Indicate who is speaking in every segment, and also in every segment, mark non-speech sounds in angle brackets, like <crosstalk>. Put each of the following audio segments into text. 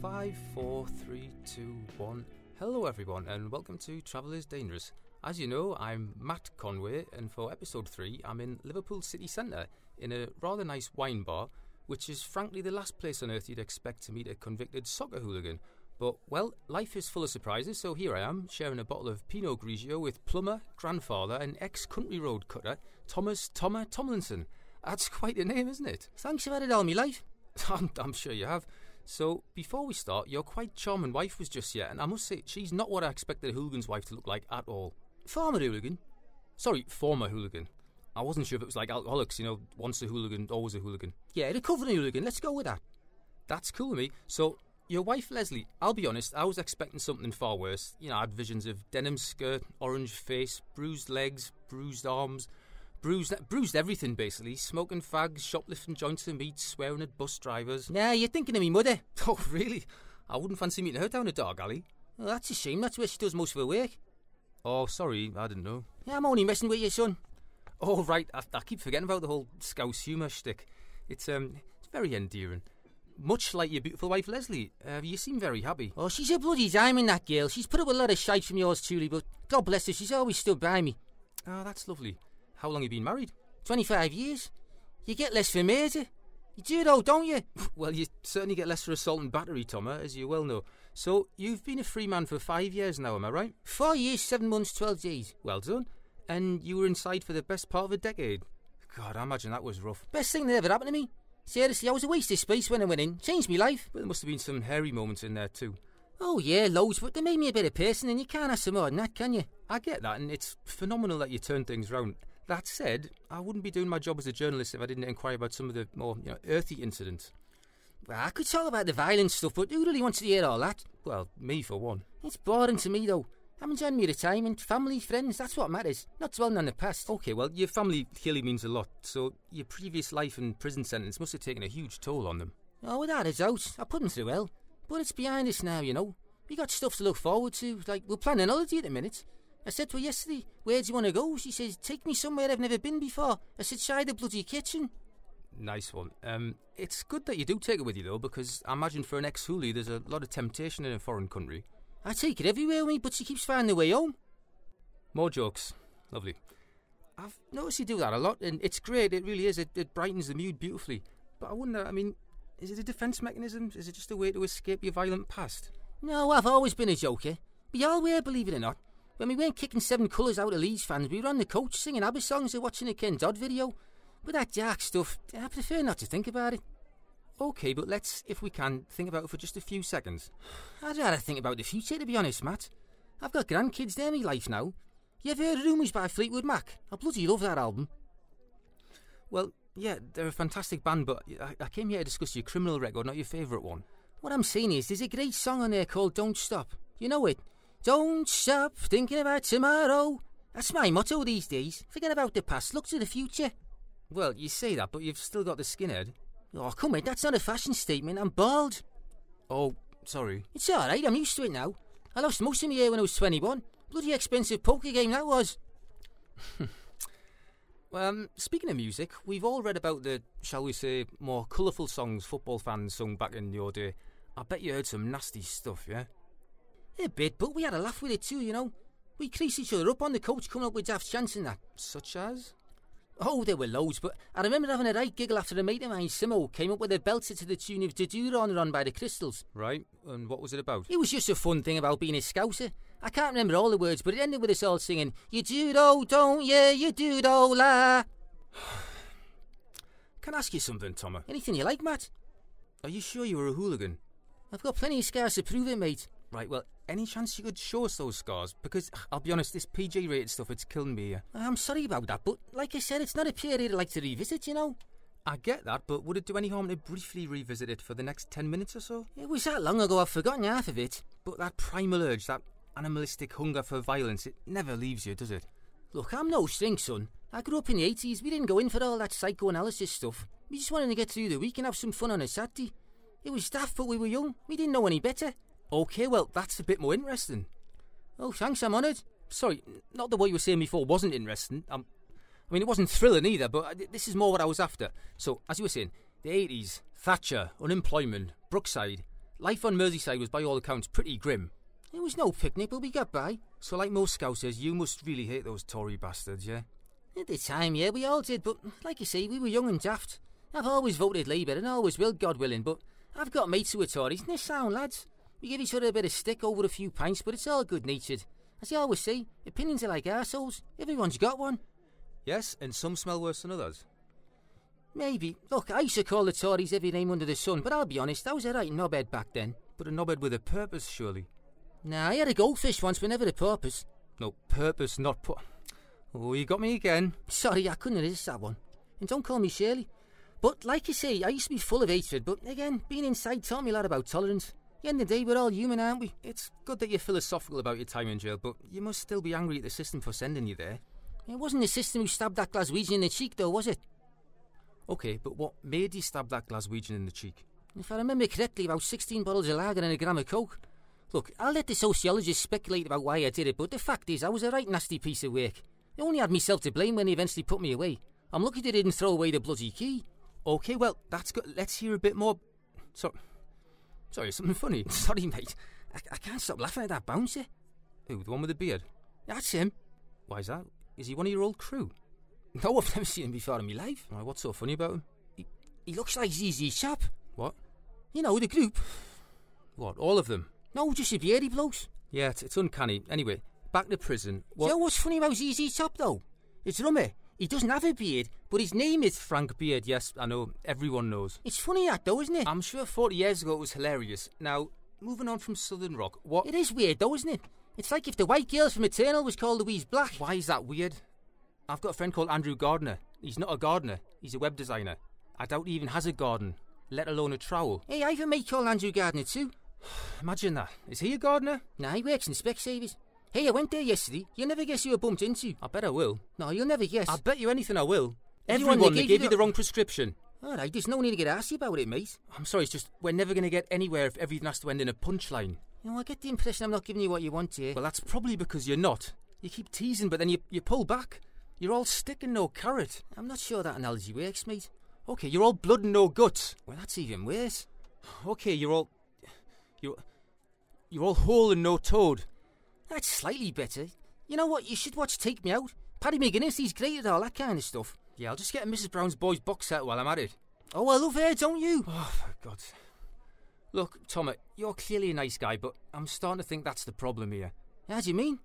Speaker 1: Five, four, three, two, one. Hello, everyone, and welcome to Travel is Dangerous. As you know, I'm Matt Conway, and for episode three, I'm in Liverpool city centre in a rather nice wine bar, which is frankly the last place on earth you'd expect to meet a convicted soccer hooligan. But, well, life is full of surprises, so here I am, sharing a bottle of Pinot Grigio with plumber, grandfather, and ex country road cutter, Thomas Thomas Tomlinson. That's <laughs> quite a name, isn't it? Thanks, I've had it all my life. <laughs> I'm, I'm sure you have. So, before we start, your quite charming wife was just here, and I must say, she's not what I expected a hooligan's wife to look like at all. Former hooligan? Sorry, former hooligan. I wasn't sure if it was like alcoholics, you know, once a hooligan, always a hooligan. Yeah, recovering hooligan, let's go with that. That's cool of me. So, your wife Leslie, I'll be honest, I was expecting something far worse. You know, I had visions of denim skirt, orange face, bruised legs, bruised arms, bruised bruised everything basically. Smoking fags, shoplifting joints and meat, swearing at bus drivers. Nah, you're thinking of me mother. <laughs> Oh, really? I wouldn't fancy meeting her down a dark alley. Well, that's a shame, that's where she does most of her work. Oh, sorry, I didn't know. Yeah, I'm only messing with you, son. Oh, right, I, I keep forgetting about the whole scouse humour shtick. It's, um, it's very endearing. Much like your beautiful wife Leslie, uh, you seem very happy.
Speaker 2: Oh, she's a bloody diamond, that girl. She's put up with a lot of shite from yours truly, but God bless her, she's always stood by me.
Speaker 1: Ah, that's lovely. How long have you been married?
Speaker 2: 25 years. You get less for murder. You do though, don't you? <laughs>
Speaker 1: Well, you certainly get less for assault and battery, Thomas, as you well know. So, you've been a free man for five years now, am I right?
Speaker 2: Four years, seven months, 12 days.
Speaker 1: Well done. And you were inside for the best part of a decade. God, I imagine that was rough.
Speaker 2: Best thing that ever happened to me. Seriously, I was a waste of space when I went in. Changed me life.
Speaker 1: But there must have been some hairy moments in there, too.
Speaker 2: Oh, yeah, loads, but they made me a better person, and you can't have some more than that, can you?
Speaker 1: I get that, and it's phenomenal that you turn things round. That said, I wouldn't be doing my job as a journalist if I didn't inquire about some of the more you know, earthy incidents.
Speaker 2: Well, I could talk about the violent stuff, but who really wants to hear all that?
Speaker 1: Well, me for one.
Speaker 2: It's boring to me, though. I'm enjoying my retirement, family, friends, that's what matters, not dwelling on the past.
Speaker 1: Okay, well, your family clearly means a lot, so your previous life and prison sentence must have taken a huge toll on them.
Speaker 2: Oh, without a doubt, I put them through hell. But it's behind us now, you know. We got stuff to look forward to, like we're planning a holiday at the minute. I said to her yesterday, Where do you want to go? She says, Take me somewhere I've never been before. I said, Try the bloody kitchen.
Speaker 1: Nice one. Um, it's good that you do take it with you, though, because I imagine for an ex hoolie there's a lot of temptation in a foreign country.
Speaker 2: I take it everywhere, me, but she keeps finding her way home.
Speaker 1: More jokes. Lovely. I've noticed you do that a lot, and it's great. It really is. It, it brightens the mood beautifully. But I wonder, I mean, is it a defence mechanism? Is it just a way to escape your violent past?
Speaker 2: No, I've always been a joker. We all were, believe it or not. When we weren't kicking seven colours out of Leeds fans, we were on the coach singing ABBA songs and watching a Ken Dodd video. But that dark stuff, I prefer not to think about it.
Speaker 1: Okay, but let's, if we can, think about it for just a few seconds.
Speaker 2: I'd rather think about the future, to be honest, Matt. I've got grandkids, they're my life now. You ever heard Rumours by Fleetwood Mac? I bloody love that album.
Speaker 1: Well, yeah, they're a fantastic band, but I, I came here to discuss your criminal record, not your favourite one.
Speaker 2: What I'm saying is, there's a great song on there called Don't Stop. You know it? Don't stop thinking about tomorrow. That's my motto these days. Forget about the past, look to the future.
Speaker 1: Well, you say that, but you've still got the skinhead.
Speaker 2: Oh, come on, that's not a fashion statement. I'm bald.
Speaker 1: Oh, sorry.
Speaker 2: It's all right, I'm used to it now. I lost most of my hair when I was 21. Bloody expensive poker game that was.
Speaker 1: <laughs> well, um, speaking of music, we've all read about the, shall we say, more colourful songs football fans sung back in your day. I bet you heard some nasty stuff, yeah?
Speaker 2: A bit, but we had a laugh with it too, you know. We creased each other up on the coach coming up with daft chants and that.
Speaker 1: Such as?
Speaker 2: Oh, there were loads, but I remember having a right giggle after a mate of mine, Simo, came up with a belter to the tune of Didura on Run by the Crystals.
Speaker 1: Right, and what was it about?
Speaker 2: It was just a fun thing about being a scouser. I can't remember all the words, but it ended with us all singing, You do though, don't you? You do though, la.
Speaker 1: <sighs> Can I ask you something, Thomas?
Speaker 2: Anything you like, Matt.
Speaker 1: Are you sure you were a hooligan?
Speaker 2: I've got plenty of scars to prove it, mate.
Speaker 1: Right, well, any chance you could show us those scars? Because I'll be honest, this PG rated stuff, it's killing me here.
Speaker 2: I'm sorry about that, but like I said, it's not a period I'd like to revisit, you know.
Speaker 1: I get that, but would it do any harm to briefly revisit it for the next 10 minutes or so?
Speaker 2: It was that long ago, I've forgotten half of it.
Speaker 1: But that primal urge, that animalistic hunger for violence, it never leaves you, does it?
Speaker 2: Look, I'm no shrink, son. I grew up in the 80s, we didn't go in for all that psychoanalysis stuff. We just wanted to get through the week and have some fun on a Saturday. It was daft, but we were young. We didn't know any better.
Speaker 1: Okay, well, that's a bit more interesting.
Speaker 2: Oh, thanks, I'm honoured.
Speaker 1: Sorry, not that what you were saying before wasn't interesting. Um, I mean, it wasn't thrilling either, but I, this is more what I was after. So, as you were saying, the 80s, Thatcher, unemployment, Brookside.
Speaker 3: Life on Merseyside was, by all accounts, pretty grim.
Speaker 1: It was no picnic, but we got by.
Speaker 3: So, like most Scousers, you must really hate those Tory bastards, yeah?
Speaker 1: At the time, yeah, we all did, but like you say, we were young and daft. I've always voted Labour and always will, God willing, but I've got mates who are Tories and they're sound lads. We give each other a bit of stick over a few pints, but it's all good natured. As I always say, opinions are like arseholes, everyone's got one.
Speaker 3: Yes, and some smell worse than others.
Speaker 1: Maybe. Look, I used to call the Tories every name under the sun, but I'll be honest, I was a right knobhead back then.
Speaker 3: But a knobhead with a purpose, surely.
Speaker 1: Nah, I had a goldfish once, but never a porpoise.
Speaker 3: No, purpose, not put. Oh, you got me again.
Speaker 1: Sorry, I couldn't resist that one. And don't call me Shirley. But like you say, I used to be full of hatred, but again, being inside taught me a lot about tolerance. At the end of the day, we're all human, aren't we?
Speaker 3: It's good that you're philosophical about your time in jail, but you must still be angry at the system for sending you there.
Speaker 1: It wasn't the system who stabbed that Glaswegian in the cheek, though, was it?
Speaker 3: Okay, but what made you stab that Glaswegian in the cheek?
Speaker 1: If I remember correctly, about 16 bottles of lager and a gram of coke. Look, I'll let the sociologists speculate about why I did it, but the fact is, I was a right nasty piece of work. I only had myself to blame when they eventually put me away. I'm lucky they didn't throw away the bloody key.
Speaker 3: Okay, well, that's good. Let's hear a bit more. So, sorry, something funny.
Speaker 1: <laughs> Sorry, mate. I, I can't stop laughing at that bouncer.
Speaker 3: Who, the one with the beard?
Speaker 1: That's him.
Speaker 3: Why's that? Is he one of your old crew?
Speaker 1: No, I've never seen him before in my life.
Speaker 3: Why, what's so funny about him?
Speaker 1: He, he looks like ZZ Chap.
Speaker 3: What?
Speaker 1: You know, the group.
Speaker 3: What, all of them?
Speaker 1: No, just the beardy blokes.
Speaker 3: Yeah, it's, it's uncanny. Anyway, back to prison.
Speaker 1: What? You know what's funny about ZZ Top, though? It's rummer. He doesn't have a beard, but his name is
Speaker 3: Frank Beard, yes, I know. Everyone knows.
Speaker 1: It's funny that, though, isn't it?
Speaker 3: I'm sure 40 years ago it was hilarious. Now, moving on from Southern Rock, what.
Speaker 1: It is weird, though, isn't it? It's like if the white girl from Eternal was called Louise Black.
Speaker 3: Why is that weird? I've got a friend called Andrew Gardner. He's not a gardener, he's a web designer. I doubt he even has a garden, let alone a trowel.
Speaker 1: Hey, I have a mate called Andrew Gardner too.
Speaker 3: Imagine that. Is he a gardener?
Speaker 1: Nah, he works in Specsavers. Hey, I went there yesterday. You'll never guess who I bumped into.
Speaker 3: I bet I will.
Speaker 1: No, you'll never guess.
Speaker 3: I bet you anything I will. Everyone, Everyone that gave, you the... the wrong prescription.
Speaker 1: Alright, there's no need to get arsy about it, mate.
Speaker 3: I'm sorry, it's just we're never going to get anywhere if everything has to end in a punchline.
Speaker 1: You know, I get the impression I'm not giving you what you want here.
Speaker 3: Well, that's probably because you're not. You keep teasing, but then you, you pull back. You're all stick and no carrot.
Speaker 1: I'm not sure that analogy works, mate.
Speaker 3: Okay, you're all blood and no guts.
Speaker 1: Well, that's even worse.
Speaker 3: Okay, you're all you're, you're all whole and no toad.
Speaker 1: That's slightly better. You know what? You should watch Take Me Out. Paddy McGuinness, he's great at all that kind of stuff.
Speaker 3: Yeah, I'll just get a Mrs. Brown's Boys box set while I'm at it.
Speaker 1: Oh, I love her, don't you?
Speaker 3: Oh, for God's Look, Thomas, you're clearly a nice guy, but I'm starting to think that's the problem here.
Speaker 1: How do you mean?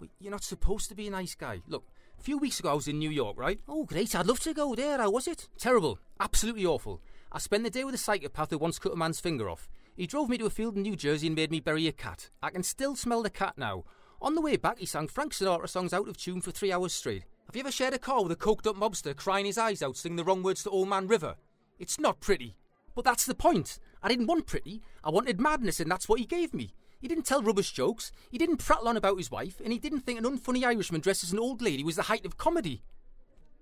Speaker 3: Well, you're not supposed to be a nice guy. Look, a few weeks ago I was in New York, right?
Speaker 1: Oh, great. I'd love to go there. How was it?
Speaker 3: Terrible. Absolutely awful. I spent the day with a psychopath who once cut a man's finger off. He drove me to a field in New Jersey and made me bury a cat. I can still smell the cat now. On the way back, he sang Frank Sinatra songs out of tune for three hours straight. Have you ever shared a car with a coked up mobster crying his eyes out, singing the wrong words to Old Man River? It's not pretty. But that's the point. I didn't want pretty, I wanted madness, and that's what he gave me. He didn't tell rubbish jokes, he didn't prattle on about his wife, and he didn't think an unfunny Irishman dressed as an old lady was the height of comedy.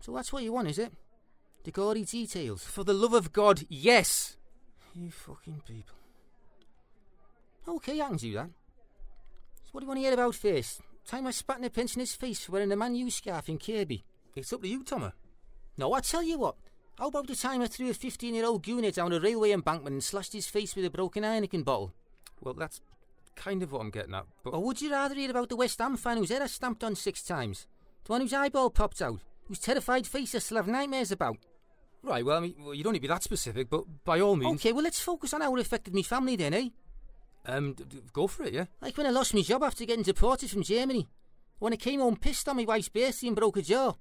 Speaker 1: So that's what you want, is it? The gory details.
Speaker 3: For the love of God, yes!
Speaker 1: You fucking people. Okay, I can do that. So what do you want to hear about first? Time I spat in a pinch in his face for wearing a Man U scarf in Kirby.
Speaker 3: It's up to you, Tommy.
Speaker 1: No, I tell you what. How about the time I threw a 15-year-old gooner down a railway embankment and slashed his face with a broken Heineken bottle?
Speaker 3: Well, that's kind of what I'm getting at, but...
Speaker 1: Or would you rather hear about the West Ham fan whose head I stamped on six times? The one whose eyeball popped out? Whose terrified face I still have nightmares about?
Speaker 3: Right, well, I mean, well, you don't need to be that specific, but by all means...
Speaker 1: Okay, well, let's focus on how it affected me family then, eh?
Speaker 3: Um, d- d- go for it, yeah.
Speaker 1: Like when I lost my job after getting deported from Germany. When I came home pissed on my wife's birthday and broke a jaw.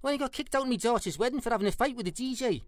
Speaker 1: When I got kicked out of my daughter's wedding for having a fight with the DJ.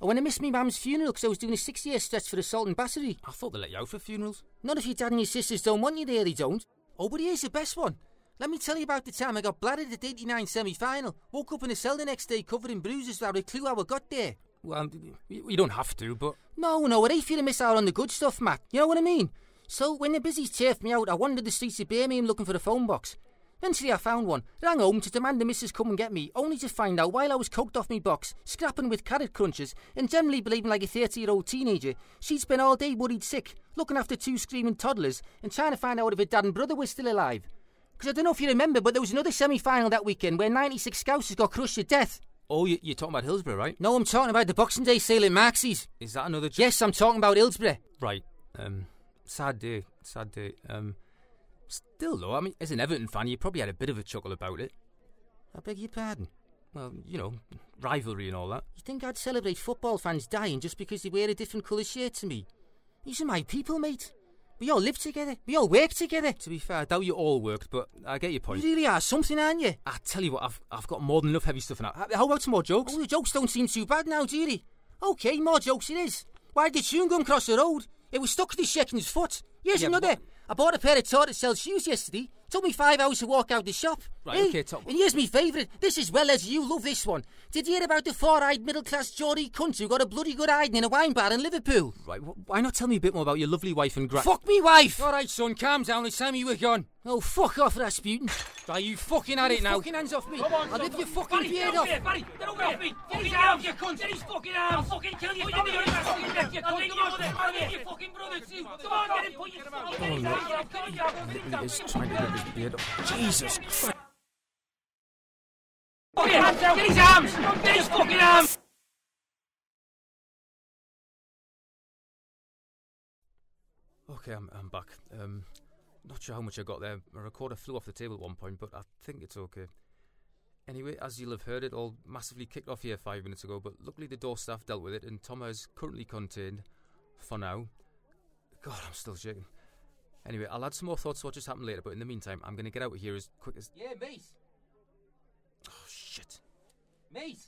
Speaker 1: Or when I missed my mum's funeral because I was doing a six year stretch for assault and battery.
Speaker 3: I thought they let you out for funerals.
Speaker 1: Not if your dad and your sisters don't want you there, they don't. Oh, but here's the best one. Let me tell you about the time I got bladdered at the 89 semi final. Woke up in a cell the next day covered in bruises without a clue how I got there.
Speaker 3: Well, um, you don't have to, but.
Speaker 1: No, no, it ain't for you to miss out on the good stuff, Matt. You know what I mean? So, when the busies turfed me out, I wandered the streets of Birmingham looking for a phone box. Eventually, I found one, rang home to demand the missus come and get me, only to find out while I was coked off me box, scrapping with carrot crunchers, and generally behaving like a 30 year old teenager, she'd spent all day worried sick, looking after two screaming toddlers, and trying to find out if her dad and brother were still alive. Because I don't know if you remember, but there was another semi final that weekend where 96 Scousers got crushed to death.
Speaker 3: Oh, you, are talking about Hillsborough, right?
Speaker 1: No, I'm talking about the Boxing Day sale at Marxies.
Speaker 3: Is that another? Ju-
Speaker 1: yes, I'm talking about Hillsborough.
Speaker 3: Right.
Speaker 1: Um, sad day, sad day. Um, still though, I mean, as an Everton fan, you probably had a bit of a chuckle about it.
Speaker 2: I beg your pardon.
Speaker 1: Well, you know, rivalry and all that.
Speaker 2: You think I'd celebrate football fans dying just because they wear a different colour shirt to me? These are my people, mate. We all live together. We all work together.
Speaker 1: To be fair, I doubt you all worked, but I get your point.
Speaker 2: You really are something, aren't you?
Speaker 1: I tell you what, I've I've got more than enough heavy stuff now. How about some more jokes?
Speaker 2: Oh, the jokes don't seem too bad now, do they? Okay, more jokes it is. Why did Shun come cross the road? It was stuck to the shaking foot. Here's
Speaker 1: Yeah, but
Speaker 2: another. I bought a pair of tortoiseshell shoes yesterday. Took me five hours to walk out the shop.
Speaker 1: Right,
Speaker 2: Hey,
Speaker 1: okay, top-
Speaker 2: And here's my favourite. This is well as you love this one. Did you hear about the four-eyed middle-class Geordie cunt who got a bloody good hiding in a wine bar in Liverpool?
Speaker 1: Right, wh- why not tell me a bit more about your lovely wife and gra-
Speaker 2: Fuck me wife!
Speaker 1: All right, son, calm down. It's time you were gone.
Speaker 2: Oh, fuck off, Rasputin.
Speaker 1: Right, you fucking had it
Speaker 2: Your
Speaker 1: now.
Speaker 2: fucking hands off me. I'll rip your fucking beard off.
Speaker 3: Barry, get over here! Get his arms, you cunt! Get his fucking arms! I'll fucking kill you! Come on, get him! I'll take your mother! I'll take your fucking brother too! Come on, get him! Put your I'll get his arms! I'll kill you! I'll get
Speaker 1: He is
Speaker 3: his arms!
Speaker 1: trying to rip his beard off. Jesus Christ.
Speaker 3: Fucking hands out! Get his arms! Get his fucking arms!
Speaker 1: Okay, I'm, I'm back. Um, not sure how much I got there. My recorder flew off the table at one point, but I think it's okay. Anyway, as you'll have heard, it all massively kicked off here five minutes ago, but luckily the door staff dealt with it, and Tom is currently contained for now. God, I'm still shaking. Anyway, I'll add some more thoughts to what just happened later, but in the meantime, I'm going to get out of here as quick as.
Speaker 2: Yeah, mate.
Speaker 1: Oh, shit.
Speaker 2: Mate.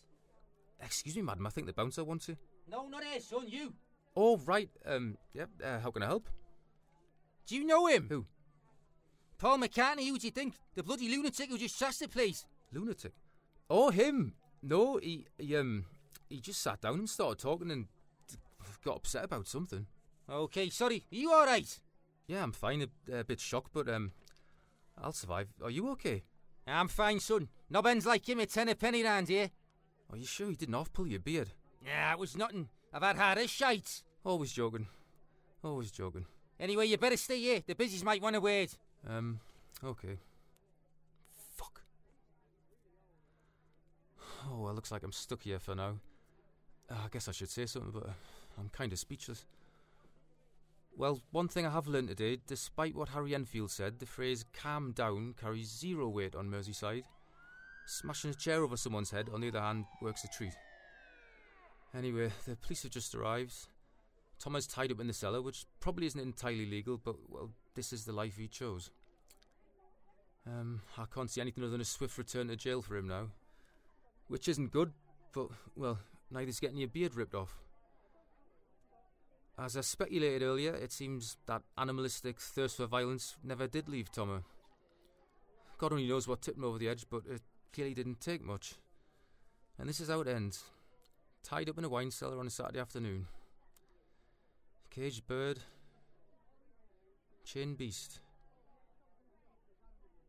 Speaker 1: Excuse me, madam, I think the bouncer wants you.
Speaker 2: No, not here, son. You.
Speaker 1: All right, um, yep, uh, how can I help?
Speaker 2: Do you know him?
Speaker 1: Who?
Speaker 2: Paul McCartney, who do you think? The bloody lunatic who just trashed the place.
Speaker 1: Lunatic. Oh, him. No, he, he um he just sat down and started talking and d- got upset about something.
Speaker 2: Okay, sorry. Are you all right?
Speaker 1: Yeah, I'm fine. A, a bit shocked, but um, I'll survive. Are you okay?
Speaker 2: I'm fine, son. Nobbins like him a ten a penny round here.
Speaker 1: Are you sure he didn't half pull your beard?
Speaker 2: Nah, it was nothing. I've had harder shite.
Speaker 1: Always joking. Always joking.
Speaker 2: Anyway, you better stay here. The busies might want a word.
Speaker 1: Um, okay. Fuck. Oh, well, looks like I'm stuck here for now. Uh, I guess I should say something, but uh, I'm kind of speechless. Well, one thing I have learned today, despite what Harry Enfield said, the phrase calm down carries zero weight on Merseyside. Smashing a chair over someone's head, on the other hand, works a treat. Anyway, the police have just arrived. Tom is tied up in the cellar, which probably isn't entirely legal, but, well, this is the life he chose. Um, I can't see anything other than a swift return to jail for him now. Which isn't good, but, well, neither's getting your beard ripped off. As I speculated earlier, it seems that animalistic thirst for violence never did leave Tomer. God only knows what tipped him over the edge, but it clearly didn't take much. And this is how it ends tied up in a wine cellar on a Saturday afternoon. Caged bird, chain beast,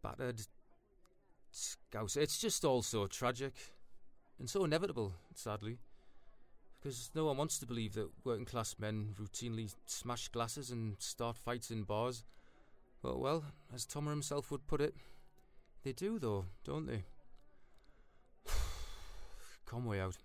Speaker 1: battered scouse. It's just all so tragic and so inevitable, sadly, because no one wants to believe that working class men routinely smash glasses and start fights in bars. But well, as Tomer himself would put it, they do though, don't they? <sighs> Conway out.